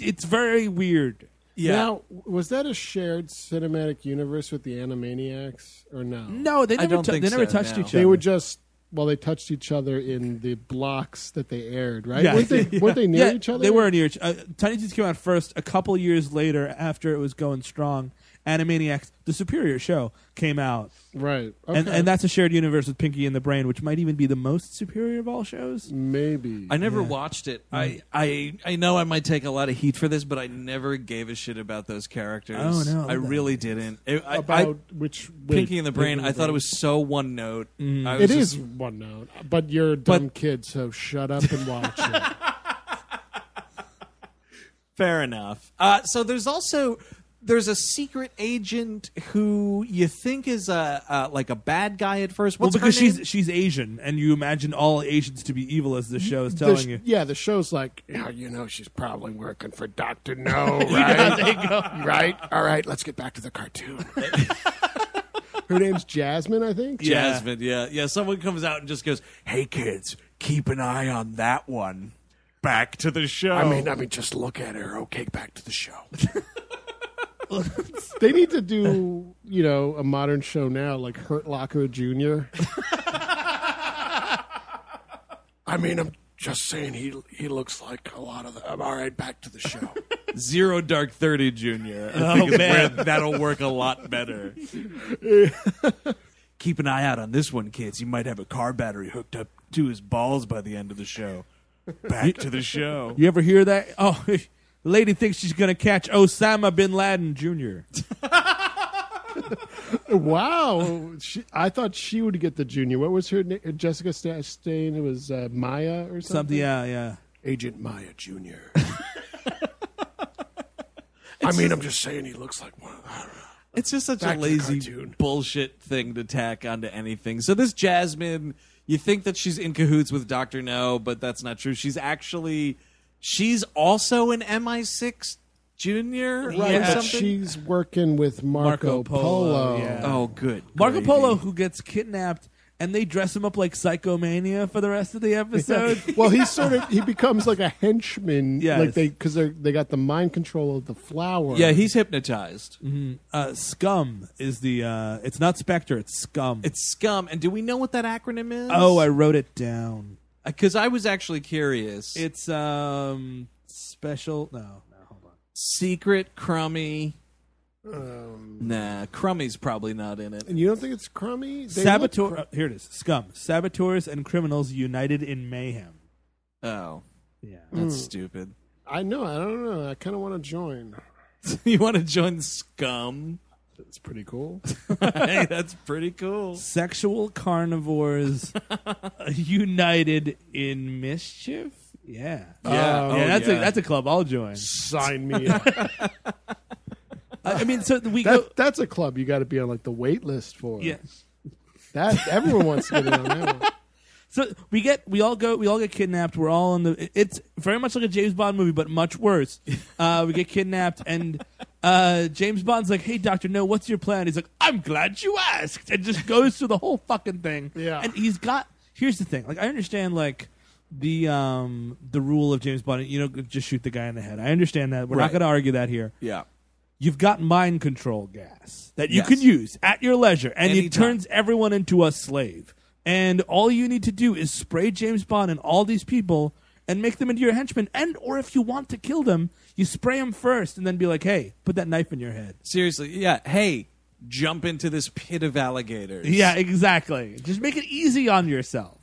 Speaker 6: it's very weird.
Speaker 3: yeah.
Speaker 5: Now, was that a shared cinematic universe with the Animaniacs or no?
Speaker 6: No, they never.
Speaker 3: don't
Speaker 6: tou-
Speaker 3: think
Speaker 6: they never
Speaker 3: so,
Speaker 6: touched
Speaker 3: no.
Speaker 6: each other.
Speaker 5: They were just well, they touched each other in the blocks that they aired, right?
Speaker 6: <laughs> Yeah.
Speaker 5: Weren't they weren't they near
Speaker 6: yeah,
Speaker 5: each other?
Speaker 6: They were near each. Uh, Tiny Toons came out first. A couple years later, after it was going strong, Animaniacs, the superior show, came out,
Speaker 5: right. Okay.
Speaker 6: and and that's a shared universe with Pinky and the Brain, which might even be the most superior of all shows.
Speaker 5: maybe.
Speaker 3: I never watched it. I,
Speaker 6: Mm-hmm.
Speaker 3: I I know I might take a lot of heat for this, but I never gave a shit about those characters.
Speaker 6: Oh, no.
Speaker 3: I really didn't. It, I,
Speaker 5: about
Speaker 3: I,
Speaker 5: which wait,
Speaker 3: Pinky and the Mm. Brain. I thought it was so one note. I was
Speaker 5: It
Speaker 3: just-
Speaker 5: is one note, but you're a dumb kid, so shut up and
Speaker 3: <laughs>
Speaker 5: watch it.
Speaker 3: fair enough. Uh, so there's also there's a secret agent who you think is a uh, like a bad guy at first.
Speaker 6: Well,
Speaker 3: What's
Speaker 6: because
Speaker 3: her name?
Speaker 6: she's she's Asian, and you imagine all Asians to be evil, as the show is
Speaker 5: The
Speaker 6: telling
Speaker 5: sh-
Speaker 6: you.
Speaker 5: Yeah, the show's like, yeah, you know, she's probably working for Doctor
Speaker 3: <laughs>
Speaker 5: No, right? Right? All right, let's get back to the
Speaker 3: <laughs>
Speaker 5: cartoon. Her name's Jasmine, I think.
Speaker 3: Jasmine. Yeah, yeah. Someone comes out and just goes, "Hey kids, keep an eye on that one." Back to the show.
Speaker 5: I mean, I mean, just look at her. Okay, back to the show. <laughs> they need to do, you know, a modern show now, like Hurt Locker Jr. <laughs> I mean, I'm just saying he he looks like a lot of the. All right, back to the show.
Speaker 3: Zero Dark Thirty Junior. I think is where that'll work a lot better. <laughs> Keep an eye out on this one, kids. You might have a car battery hooked up to his balls by the end of the show. Back to the show.
Speaker 6: You ever hear that? Oh, <laughs> the lady thinks she's gonna catch Osama bin Laden
Speaker 3: <laughs>
Speaker 6: Jr.
Speaker 5: <laughs> Wow, she, I thought she would get the junior. What was her name? Jessica Chastain. It was uh, Maya or something.
Speaker 6: Something, yeah, yeah.
Speaker 5: Agent Maya <laughs> Junior. I mean, I'm just saying he looks like one. Of, I don't know.
Speaker 3: It's just such
Speaker 5: Back
Speaker 3: a
Speaker 5: to the
Speaker 3: lazy
Speaker 5: cartoon.
Speaker 3: bullshit thing to tack onto anything. So this Jasmine, you think that she's in cahoots with Doctor No, but that's not true. She's actually she's also an MI6 junior, or
Speaker 5: Right, but
Speaker 3: something?
Speaker 5: she's working with Marco,
Speaker 6: Marco Polo,
Speaker 5: Polo.
Speaker 6: yeah.
Speaker 3: oh, good.
Speaker 6: Marco
Speaker 3: gravy.
Speaker 6: Polo, who gets kidnapped, and they dress him up like Psychomania for the rest of the
Speaker 3: <laughs>
Speaker 6: episode.
Speaker 5: Well, he sort of he becomes like a henchman,
Speaker 6: Yes.
Speaker 5: like they because they they got the mind control of the flower.
Speaker 3: Yeah, he's hypnotized.
Speaker 5: Mm-hmm.
Speaker 6: uh, Scum is the. Uh, it's not Spectre. It's Scum.
Speaker 3: It's scum. And do we know what that acronym is?
Speaker 6: oh, I wrote it down.
Speaker 3: because I was actually curious.
Speaker 6: It's um special. No, no, hold on.
Speaker 3: secret crummy. nah, crummy's probably not in it.
Speaker 5: Um, and you don't think it's crummy? They
Speaker 6: Saboteur.
Speaker 5: look cr-
Speaker 6: oh, here it is. Scum. Saboteurs and criminals united in mayhem.
Speaker 3: Oh,
Speaker 6: Yeah.
Speaker 5: Hmm.
Speaker 3: that's stupid. <laughs>
Speaker 5: I know. I don't know. I kind of want to join.
Speaker 3: you want to join scum?
Speaker 5: It's pretty cool.
Speaker 3: hey, that's pretty cool.
Speaker 6: Sexual <laughs> carnivores united in mischief. Yeah.
Speaker 3: Yeah.
Speaker 6: <laughs> yeah,
Speaker 3: Oh,
Speaker 6: that's
Speaker 3: yeah.
Speaker 6: a that's a club I'll join.
Speaker 5: Um,
Speaker 6: <laughs>
Speaker 5: Sign me up.
Speaker 6: I, I mean, so we <laughs> go.
Speaker 5: That, that's a club you got to be on like the wait list for.
Speaker 6: Yeah.
Speaker 5: That everyone wants to get in on that one.
Speaker 6: So we get we all go we all get kidnapped. We're all in the. It's very much like a James Bond movie, but much worse. Uh, we get kidnapped, and uh, James Bond's like, "Hey, Doctor, no, what's your plan?" He's like, "I'm glad you asked," and just goes through the whole fucking thing.
Speaker 5: Yeah.
Speaker 6: and he's got. Here's the thing. Like, I understand like the um the rule of James Bond. You know, just shoot the guy in the head. I understand that. We're not
Speaker 3: Right.
Speaker 6: going to argue that here.
Speaker 3: Yeah.
Speaker 6: You've got mind control gas that you
Speaker 3: Yes.
Speaker 6: can use at your leisure, and
Speaker 3: Anytime.
Speaker 6: it turns everyone into a slave. And all you need to do is spray James Bond and all these people and make them into your henchmen. And or if you want to kill them, you spray them first and then be like, "Hey, put that knife in your head."
Speaker 3: Seriously, yeah. Hey, jump into this pit of alligators.
Speaker 6: Yeah, exactly. Just make it easy on yourself.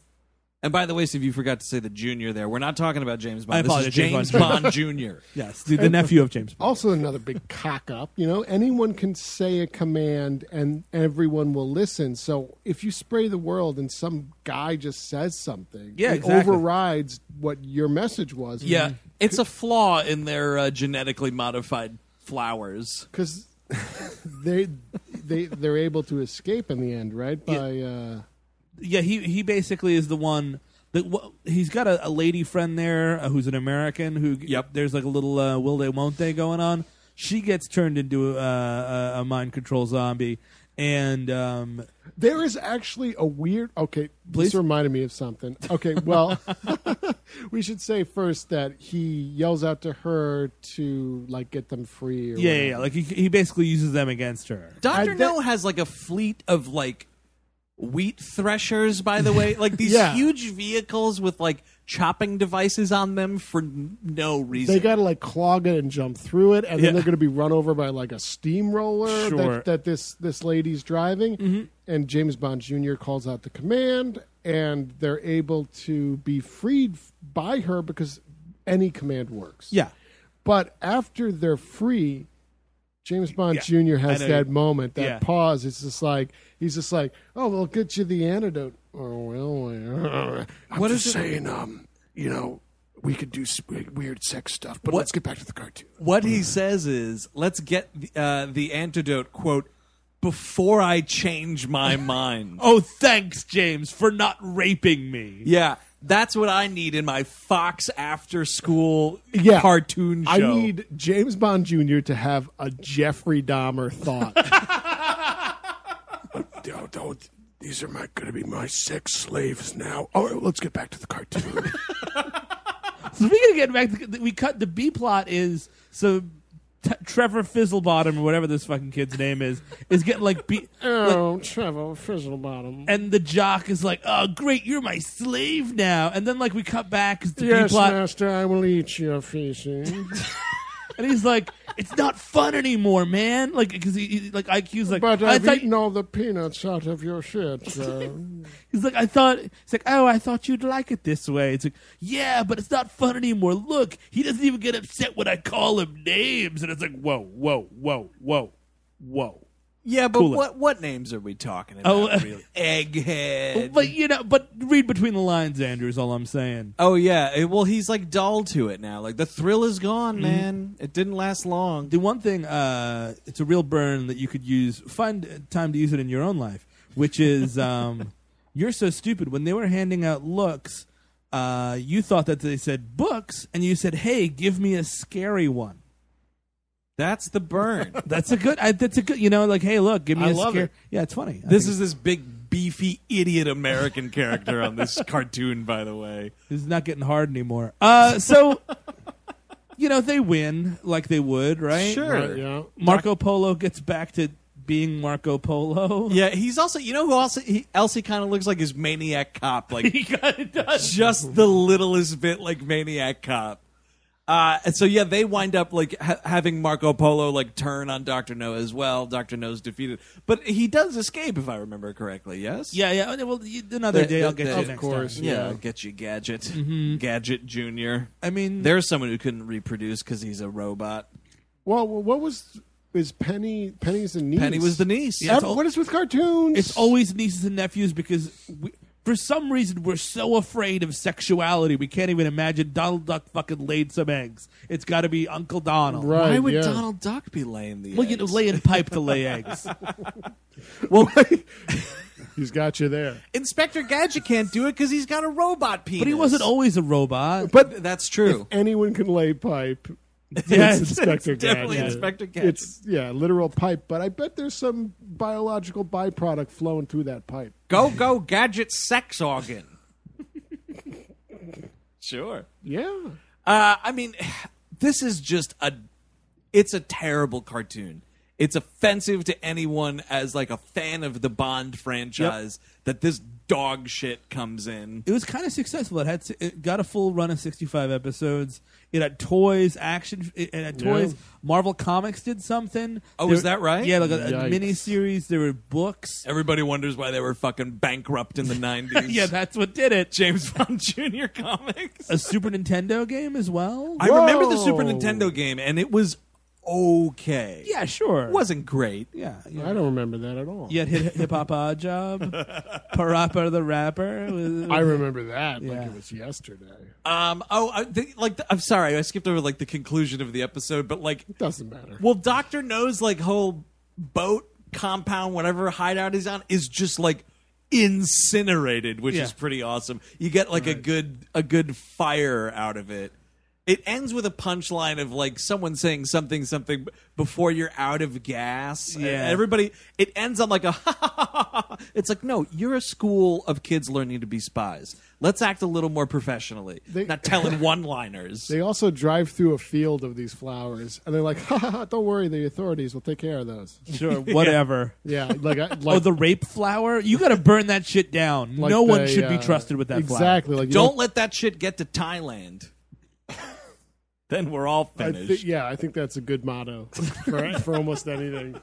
Speaker 3: And by the way, Steve, you forgot to say the junior there. We're not talking about James Bond.
Speaker 6: I
Speaker 3: this
Speaker 6: apologize,
Speaker 3: is
Speaker 6: James
Speaker 3: James
Speaker 6: Bond.
Speaker 3: Bond Jr.
Speaker 6: Yes, the, the nephew of James. Bond.
Speaker 5: Also, another big cock up. You know, anyone can say a command and everyone will listen. So if you spray the world and some guy just says something,
Speaker 6: Yeah,
Speaker 5: it
Speaker 6: exactly.
Speaker 5: overrides what your message was.
Speaker 3: Yeah, it's a flaw in their uh, genetically modified flowers.
Speaker 5: because <laughs> they they they're able to escape in the end, right? By uh,
Speaker 6: Yeah, he he basically is the one that wh- he's got a, a lady friend there uh, who's an American who
Speaker 3: Yep.
Speaker 6: there's like a little uh, will they won't they going on. She gets turned into uh, a, a mind control zombie, and um,
Speaker 5: there is actually a weird. Okay,
Speaker 6: Please?
Speaker 5: this reminded me of something. Okay, well, <laughs> we should say first that he yells out to her to like get them free. Or
Speaker 6: yeah, yeah,
Speaker 5: whatever.
Speaker 6: yeah, like he, he basically uses them against her.
Speaker 3: Doctor
Speaker 5: I bet-
Speaker 3: No has like a fleet of like wheat threshers. By the way, like these
Speaker 5: Yeah.
Speaker 3: huge vehicles with like chopping devices on them for n- no reason.
Speaker 5: They got to like clog it and jump through it, and
Speaker 6: Yeah.
Speaker 5: then they're going to be run over by like a steamroller
Speaker 6: Sure. Mm-hmm.
Speaker 5: that, that this this lady's driving. And James Bond Jr. calls out the command, and they're able to be freed f- by her because any command works.
Speaker 6: Yeah,
Speaker 5: But after they're free, James Bond Jr. has
Speaker 6: I know.
Speaker 5: that moment, that
Speaker 6: Yeah.
Speaker 5: pause. It's just like he's just like, "Oh, we'll get you the antidote." Or will we? I'm
Speaker 3: What
Speaker 5: just
Speaker 3: is it-
Speaker 5: saying, um, you know, we could do s- weird sex stuff, but
Speaker 3: What-
Speaker 5: let's get back to the cartoon.
Speaker 3: what he says is, "Let's get the, uh, the antidote." Quote. Before I
Speaker 6: <laughs>
Speaker 3: change my mind.
Speaker 6: Oh, thanks, James, for not raping me.
Speaker 3: Yeah, that's what I need in my Fox after school
Speaker 5: Yeah,
Speaker 3: cartoon show.
Speaker 5: I need James Bond Jr. to have a Jeffrey Dahmer
Speaker 3: <laughs>
Speaker 5: thought. no, don't. These are my going to be my sex slaves now. All right, let's get back to the cartoon.
Speaker 6: Speaking of getting back, to, we cut the B plot is so t- Trevor Fizzlebottom or whatever this fucking kid's name is is getting like beat.
Speaker 5: <laughs> oh, Trevor Frizzlebottom.
Speaker 6: and the jock is like, "Oh, great, you're my slave now." And then like we cut back 'cause the B plot,
Speaker 5: master, I will eat
Speaker 6: <laughs>
Speaker 5: your feces.
Speaker 6: and he's like, "It's not fun anymore, man." Like because he, he- like IQ's like,
Speaker 5: but
Speaker 6: "I
Speaker 5: I've
Speaker 6: thought,"
Speaker 5: eaten all the peanuts out of
Speaker 6: <laughs>
Speaker 5: your shit. so-
Speaker 6: he's like, "I thought," it's like, "Oh, I thought you'd like it this way." It's like, "Yeah, but it's not fun anymore." Look, he doesn't even get upset when I call him names, and it's like, "Whoa, whoa, whoa, whoa, whoa."
Speaker 3: Yeah, but
Speaker 6: Cool it.
Speaker 3: what what names are we talking about?
Speaker 6: Oh, uh,
Speaker 3: really? Egghead.
Speaker 6: But you know, but read between the lines, Andrew. Is all I'm saying.
Speaker 3: oh yeah. eh, Well, he's like dull to it now. Like the thrill is gone,
Speaker 6: Mm-hmm.
Speaker 3: man. It didn't last long.
Speaker 6: the one thing uh, it's a real burn that you could use find time to use it in your own life which <laughs> is um, you're so stupid when they were handing out looks uh, you thought that they said books and you said hey give me a scary one
Speaker 3: That's
Speaker 6: <laughs>
Speaker 3: the burn. <laughs>
Speaker 6: that's a good I, that's a good you know like hey look give me a
Speaker 5: I love
Speaker 6: scary
Speaker 5: it.
Speaker 6: yeah it's funny I
Speaker 3: this
Speaker 6: think
Speaker 3: is this big beefy idiot American character on this <laughs> cartoon, by the way.
Speaker 6: This is not getting hard anymore. Uh, so, <laughs> you know, they win like they would, right?
Speaker 3: Sure.
Speaker 5: yeah.
Speaker 6: Marco Polo gets back to being Marco Polo.
Speaker 3: Yeah, he's also you know who else he else he kind of looks like his maniac cop,
Speaker 6: <laughs>
Speaker 3: like
Speaker 6: he got it done.
Speaker 3: just the littlest bit like maniac cop uh, and so yeah they wind up like ha- having marco polo like turn on dr no as well dr no's defeated but he does escape if i remember correctly yes
Speaker 6: Yeah, yeah. Well, you, another
Speaker 3: The-
Speaker 6: day I'll
Speaker 3: the-
Speaker 6: get
Speaker 3: the-
Speaker 6: you
Speaker 3: of
Speaker 6: next
Speaker 5: course.
Speaker 6: time.
Speaker 3: yeah,
Speaker 5: Yeah.
Speaker 3: get you gadget gadget junior
Speaker 6: Mm-hmm. I mean,
Speaker 3: there's someone who couldn't reproduce because he's a robot
Speaker 5: Well, what was is Penny? Penny's the niece.
Speaker 3: penny was the niece
Speaker 5: Ev- what is with cartoons?
Speaker 6: it's always nieces and nephews because we, for some reason we're so afraid of sexuality we can't even imagine Donald Duck fucking laid some eggs. It's got to be Uncle Donald.
Speaker 5: right.
Speaker 3: why would
Speaker 5: yeah.
Speaker 3: donald duck be laying the
Speaker 6: Well, you know,
Speaker 3: eggs?
Speaker 6: laying pipe to lay
Speaker 3: <laughs>
Speaker 6: eggs.
Speaker 5: He's got you there.
Speaker 3: inspector gadget can't do it because he's got a robot penis
Speaker 6: But he wasn't always a robot.
Speaker 3: but that's true
Speaker 5: Anyone can lay
Speaker 3: <laughs>
Speaker 5: pipe.
Speaker 6: Yes.
Speaker 5: it's Inspector
Speaker 3: definitely
Speaker 5: Gadget.
Speaker 3: Inspector Gadget.
Speaker 5: It's yeah, literal pipe. But I bet there's some biological byproduct flowing through that pipe.
Speaker 3: Go go gadget sex organ. <laughs> sure.
Speaker 5: Yeah.
Speaker 3: Uh, I mean, this is just a. It's a terrible cartoon. It's offensive to anyone as like a fan of the Bond franchise that this dog shit comes in.
Speaker 6: it was kind of successful. It had it got a full run of sixty five episodes. It had toys, action. It had toys.
Speaker 5: Yeah.
Speaker 6: Marvel Comics did something.
Speaker 3: Oh,
Speaker 6: There-
Speaker 3: is that right?
Speaker 6: Yeah, like a, a
Speaker 5: Yikes.
Speaker 6: mini series. There were books.
Speaker 3: Everybody wonders why they were fucking bankrupt
Speaker 6: <laughs>
Speaker 3: in the 90s.
Speaker 6: yeah, that's what did it.
Speaker 3: James Bond Jr. comics.
Speaker 6: A Super Nintendo game as well.
Speaker 3: I remember the Super
Speaker 5: Whoa.
Speaker 3: Nintendo game, and it was okay.
Speaker 6: yeah, sure.
Speaker 3: It wasn't great.
Speaker 6: yeah. yeah.
Speaker 5: I don't remember that at all.
Speaker 6: You had hip, hip hop odd
Speaker 5: <laughs>
Speaker 6: job, Parappa the rapper. was-
Speaker 5: I remember that like
Speaker 6: Yeah.
Speaker 5: it was yesterday.
Speaker 3: Um, oh, I, the, like, the, I'm sorry, I skipped over, like, the conclusion of the episode, but, like,
Speaker 5: Doesn't matter.
Speaker 3: well, Dr. No's, like, whole boat compound, whatever hideout he's on, is just, like, incinerated, which
Speaker 6: Yeah.
Speaker 3: is pretty awesome. You get, like, a good a good fire out of it. It ends with a punchline of, like, someone saying something, something b- before you're out of gas. And
Speaker 6: Yeah.
Speaker 3: everybody, it ends on, like, a <laughs> ha ha ha ha. ha. It's like, no, you're a school of kids learning to be spies. Let's act a little more professionally,
Speaker 5: They-
Speaker 6: <laughs>
Speaker 3: not telling one liners.
Speaker 5: They also drive through a field of these flowers, and they're like, ha, ha, ha, "Don't worry, the authorities will take care of those."
Speaker 6: sure,
Speaker 5: <laughs>
Speaker 6: whatever.
Speaker 5: Yeah, like, I, like
Speaker 6: Oh, the rape flower? You got to burn that shit down.
Speaker 5: like
Speaker 6: no one
Speaker 5: they,
Speaker 6: should be
Speaker 5: uh,
Speaker 6: trusted with that flower.
Speaker 5: Exactly. Like you
Speaker 3: Don't let that shit get to Thailand. <laughs> then we're all
Speaker 5: I
Speaker 3: finished.
Speaker 5: thi- yeah, I think that's a good motto
Speaker 3: <laughs>
Speaker 5: for, for almost anything.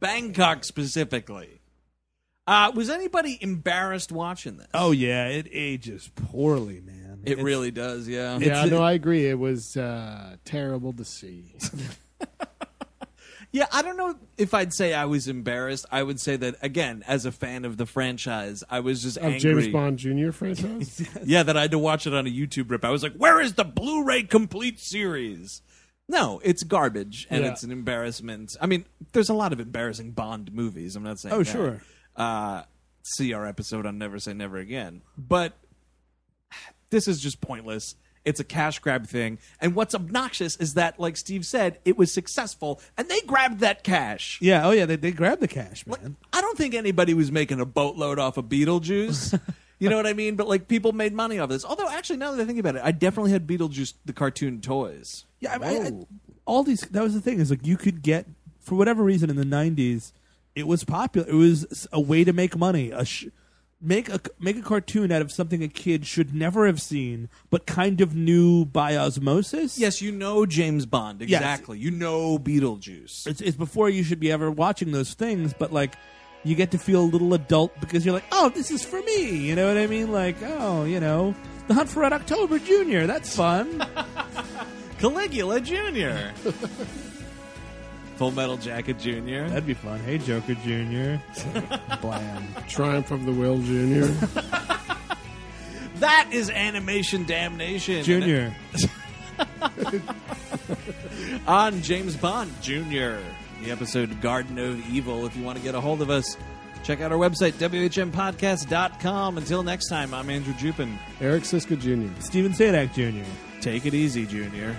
Speaker 3: Bangkok specifically. Uh, was anybody embarrassed watching this?
Speaker 6: Oh yeah, it ages poorly, man.
Speaker 3: it
Speaker 6: It's-
Speaker 3: really does. Yeah.
Speaker 5: Yeah,
Speaker 6: It's-
Speaker 5: no, I agree. It was uh, terrible to see.
Speaker 3: yeah. I don't know if I'd say I was embarrassed. I would say that again, as a fan of the franchise, I was just
Speaker 5: Of
Speaker 3: angry.
Speaker 5: James Bond Jr.
Speaker 3: <laughs>
Speaker 5: franchise.
Speaker 3: Yeah, that I had to watch it on a YouTube rip. I was like, where is the Blu-ray complete series? No, it's garbage and
Speaker 5: Yeah.
Speaker 3: it's an embarrassment. I mean, there's a lot of embarrassing Bond movies. I'm not saying
Speaker 6: Oh,
Speaker 3: that.
Speaker 6: sure.
Speaker 3: Uh, see our episode on Never Say Never Again. But this is just pointless. It's a cash grab thing. And what's obnoxious is that, like Steve said, it was successful and they grabbed that cash.
Speaker 6: Yeah. Oh yeah, they they grabbed the cash, man.
Speaker 3: I don't think anybody was making a boatload off of <laughs> Beetlejuice. you know what I mean? But like people made money off this. Although actually now that I think about it, I definitely had Beetlejuice the cartoon toys.
Speaker 6: Yeah, I, I, I, all these. That was the thing is like you could get for whatever reason in the '90s, it was popular. It was a way to make money. A sh- make a make a cartoon out of something a kid should never have seen, but kind of knew by osmosis.
Speaker 3: Yes, you know James Bond
Speaker 6: Yes.
Speaker 3: exactly. You know Beetlejuice.
Speaker 6: it's, it's before you should be ever watching those things, but like you get to feel a little adult because you're like, oh, this is for me. You know what I mean? Like, oh, you know, The Hunt for Red October Junior. That's fun.
Speaker 3: Caligula Junior. <laughs> Full Metal Jacket
Speaker 6: <laughs>
Speaker 3: Junior.
Speaker 6: That'd be fun. Hey, Joker Junior. Blam.
Speaker 5: Triumph of the Will Jr.
Speaker 3: That is animation damnation.
Speaker 6: Junior.
Speaker 3: on James Bond Jr., the episode Garden of Evil. If you want to get a hold of us, check out our website, WHMPodcast.com. Until next time, I'm Andrew Jupin.
Speaker 5: Eric Siska Jr.
Speaker 6: Steven Sadak Junior.
Speaker 3: Take it easy, Junior.